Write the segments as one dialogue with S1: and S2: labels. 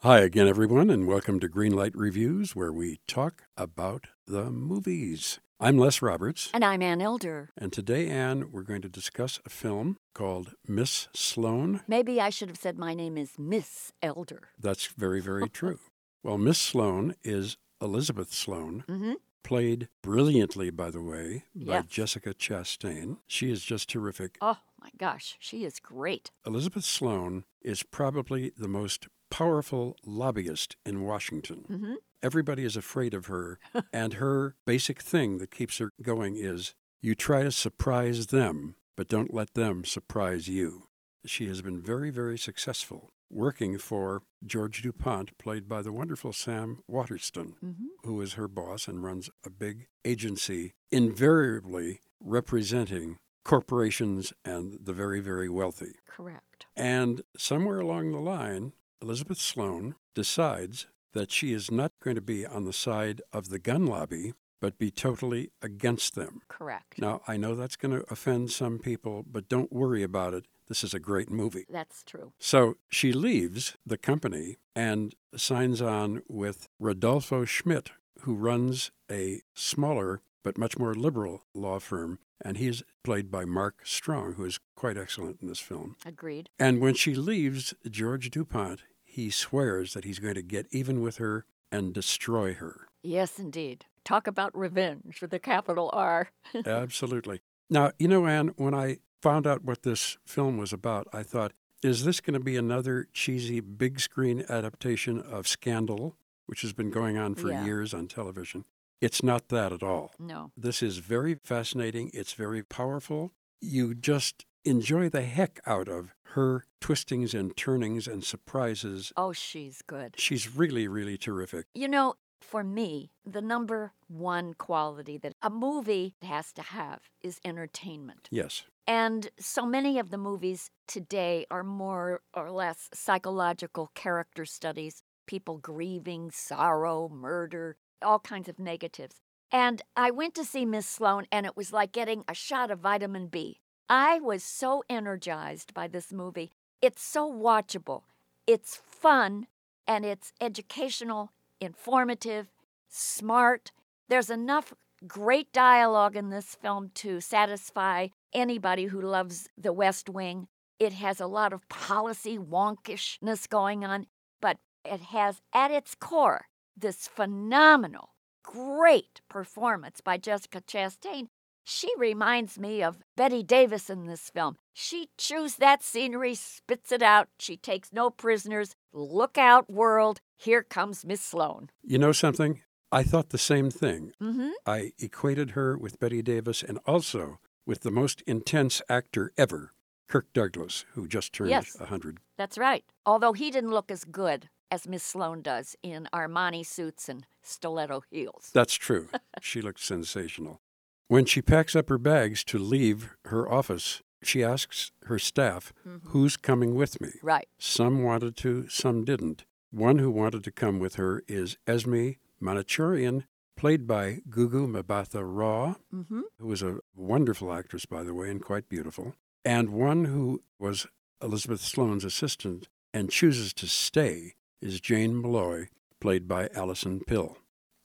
S1: Hi again, everyone, and welcome to Greenlight Reviews, where we talk about the movies. I'm Les Roberts,
S2: And I'm Ann Elder.
S1: and today, Anne, we're going to discuss a film called Miss Sloane.
S2: Maybe I should have said my name is Miss Elder.
S1: That's very, very true. Well, Miss Sloane is Elizabeth Sloane,
S2: Mm-hmm.
S1: played brilliantly, by the way, by
S2: Yes.
S1: Jessica Chastain. She is just terrific.
S2: Oh my gosh, she is great.
S1: Elizabeth Sloane is probably the most powerful lobbyist in Washington.
S2: Mm-hmm.
S1: Everybody is afraid of her, and her basic thing that keeps her going is you try to surprise them, but don't let them surprise you. She has been very, very successful working for George DuPont, played by the wonderful Sam Waterston,
S2: Mm-hmm.
S1: who is her boss and runs a big agency, invariably representing corporations and the very, very wealthy.
S2: Correct.
S1: And somewhere along the line, Elizabeth Sloan decides that she is not going to be on the side of the gun lobby, but be totally against them.
S2: Correct.
S1: Now, I know that's going to offend some people, but don't worry about it. This is a great movie.
S2: That's true.
S1: So she leaves the company and signs on with Rodolfo Schmidt, who runs a smaller but much more liberal law firm. And he is played by Mark Strong, who is quite excellent in this film.
S2: Agreed.
S1: And when she leaves George DuPont, he swears that he's going to get even with her and destroy her.
S2: Yes, indeed. Talk about revenge with a capital R.
S1: Absolutely. Now, you know, Anne, when I found out what this film was about, I thought, is this going to be another cheesy big screen adaptation of Scandal, which has been going on for
S2: Yeah.
S1: years on television? It's not that at all.
S2: No.
S1: This is very fascinating. It's very powerful. You just enjoy the heck out of her twistings and turnings and surprises
S2: Oh, she's good.
S1: She's really, really terrific.
S2: You know, for me, the number one quality that a movie has to have is entertainment.
S1: Yes.
S2: And so many of the movies today are more or less psychological character studies, people grieving, sorrow, murder, all kinds of negatives. And I went to see Miss Sloan, and it was like getting a shot of vitamin B. I was so energized by this movie. It's so watchable, it's fun, and it's educational, informative, smart. There's enough great dialogue in this film to satisfy anybody who loves the West Wing. It has a lot of policy wonkishness going on, but it has at its core this phenomenal, great performance by Jessica Chastain. She reminds me of Betty Davis in this film. She chews that scenery, spits it out. She takes no prisoners. Look out, world. Here comes Miss Sloan.
S1: You know something? I thought the same thing.
S2: Mm-hmm.
S1: I equated her with Betty Davis and also with the most intense actor ever, Kirk Douglas, who just turned a
S2: Yes.
S1: 100.
S2: That's right. Although he didn't look as good as Miss Sloane does in Armani suits and stiletto heels.
S1: That's true. she looked sensational. When she packs up her bags to leave her office, she asks her staff, Who's coming with me?
S2: Right.
S1: Some wanted to, some didn't. One who wanted to come with her is Esme Manachurian, played by Gugu Mbatha Raw.
S2: Mm-hmm.
S1: who was a wonderful actress, by the way, and quite beautiful, and one who was Elizabeth Sloane's assistant and chooses to stay is Jane Malloy, played by Alison Pill.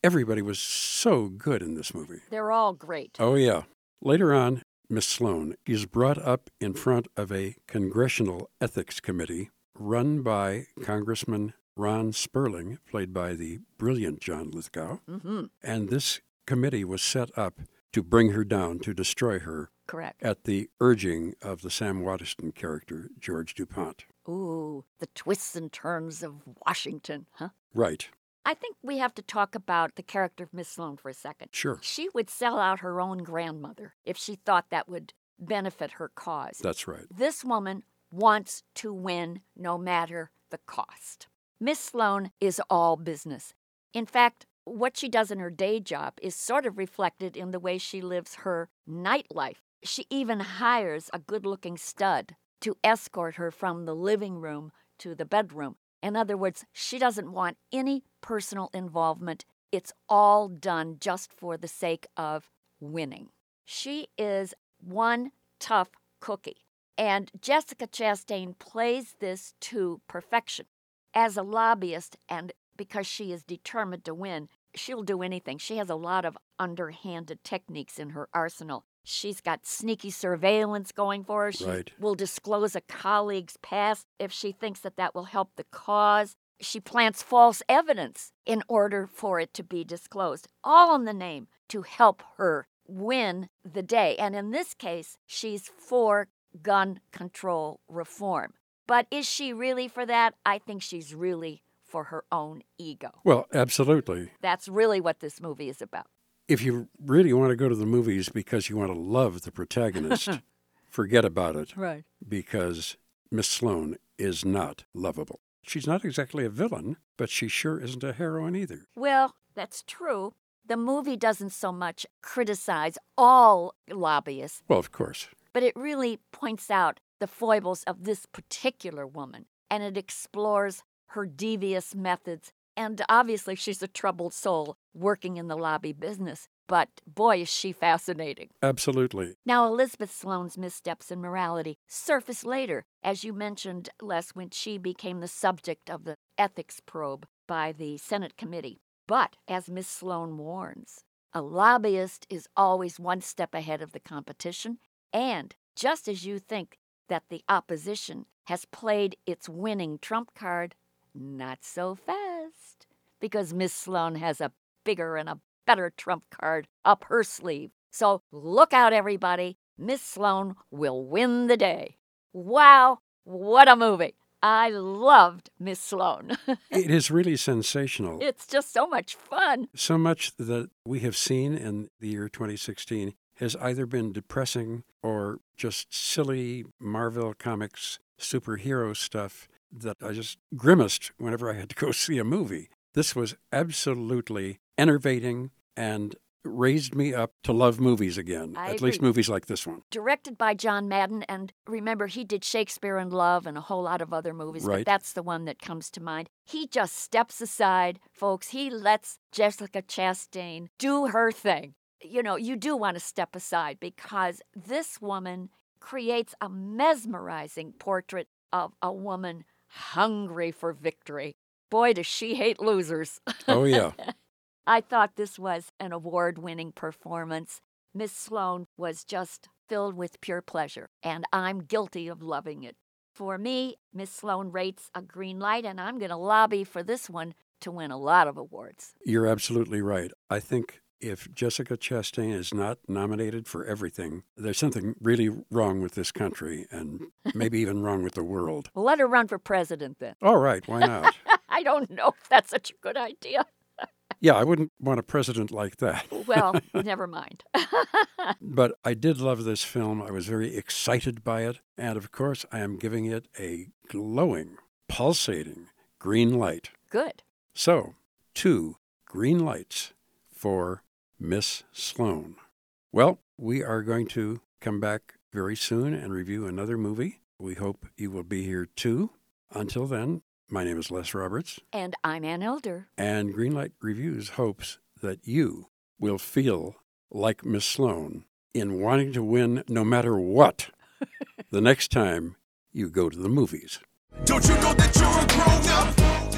S1: Everybody was so good in this movie.
S2: They're all great.
S1: Oh, yeah. Later on, Miss Sloane is brought up in front of a congressional ethics committee run by Congressman Ron Sperling, played by the brilliant John Lithgow.
S2: Mm-hmm.
S1: And this committee was set up to bring her down, to destroy her,
S2: Correct.
S1: at the urging of the Sam Waterston character, George DuPont.
S2: Ooh, the twists and turns of Washington, huh?
S1: Right.
S2: I think we have to talk about the character of Miss Sloane for a second.
S1: Sure.
S2: She would sell out her own grandmother if she thought that would benefit her cause.
S1: That's right.
S2: This woman wants to win no matter the cost. Miss Sloan is all business. In fact, what she does in her day job is sort of reflected in the way she lives her nightlife. She even hires a good looking stud to escort her from the living room to the bedroom. In other words, she doesn't want any personal involvement. It's all done just for the sake of winning. She is one tough cookie. And Jessica Chastain plays this to perfection. as a lobbyist and because she is determined to win, she'll do anything. She has a lot of underhanded techniques in her arsenal. She's got sneaky surveillance going for her. She
S1: Right.
S2: will disclose a colleague's past if she thinks that that will help the cause. She plants false evidence in order for it to be disclosed, all in the name to help her win the day. And in this case, she's for gun control reform. But is she really for that? I think she's really for her own ego.
S1: Well, absolutely.
S2: That's really what this movie is about.
S1: If you really want to go to the movies because you want to love the protagonist, forget about it
S2: Right.
S1: because Miss Sloane is not lovable. She's not exactly a villain, but she sure isn't a heroine either.
S2: Well, that's true. The movie doesn't so much criticize all lobbyists,
S1: Well, of course.
S2: but it really points out the foibles of this particular woman and it explores her devious methods. And obviously, she's a troubled soul working in the lobby business, but boy, is she fascinating.
S1: Absolutely.
S2: Now, Elizabeth Sloane's missteps in morality surfaced later, as you mentioned, Les, when she became the subject of the ethics probe by the Senate committee. But as Miss Sloane warns, a lobbyist is always one step ahead of the competition. And just as you think that the opposition has played its winning trump card, not so fast, because Miss Sloane has a bigger and a better trump card up her sleeve. So look out, everybody. Miss Sloane will win the day. Wow, what a movie! I loved Miss Sloane.
S1: it is really sensational.
S2: it's just so much fun.
S1: so much that we have seen in the year 2016 has either been depressing or just silly Marvel comics superhero stuff that I just grimaced whenever I had to go see a movie. This was absolutely enervating and raised me up to love movies again,
S2: I
S1: at least
S2: agree.
S1: movies like this one.
S2: Directed by John Madden, and remember, he did Shakespeare in Love and a whole lot of other movies,
S1: Right.
S2: but that's the one that comes to mind. He just steps aside, folks. He lets Jessica Chastain do her thing. You know, you do want to step aside because this woman creates a mesmerizing portrait of a woman hungry for victory. Boy, does she hate losers.
S1: Oh, yeah.
S2: I thought this was an award winning performance. Miss Sloan was just filled with pure pleasure, and I'm guilty of loving it. For me, Miss Sloan rates a green light, and I'm going to lobby for this one to win a lot of awards.
S1: You're absolutely right. I think if Jessica Chastain is not nominated for everything, there's something really wrong with this country and maybe even wrong with the world.
S2: Well, let her run for president then.
S1: All right, why not?
S2: I don't know if that's such a good idea.
S1: yeah, I wouldn't want a president like that.
S2: Well, never mind.
S1: But I did love this film. I was very excited by it. And of course, I am giving it a glowing, pulsating green light.
S2: good.
S1: So, two green lights for Miss Sloan. Well, we are going to come back very soon and review another movie. We hope you will be here too. Until then, my name is Les Roberts,
S2: And I'm Ann Elder.
S1: and Greenlight Reviews hopes that you will feel like Miss Sloan in wanting to win no matter what the next time you go to the movies.
S3: Don't you know that you're a grown up?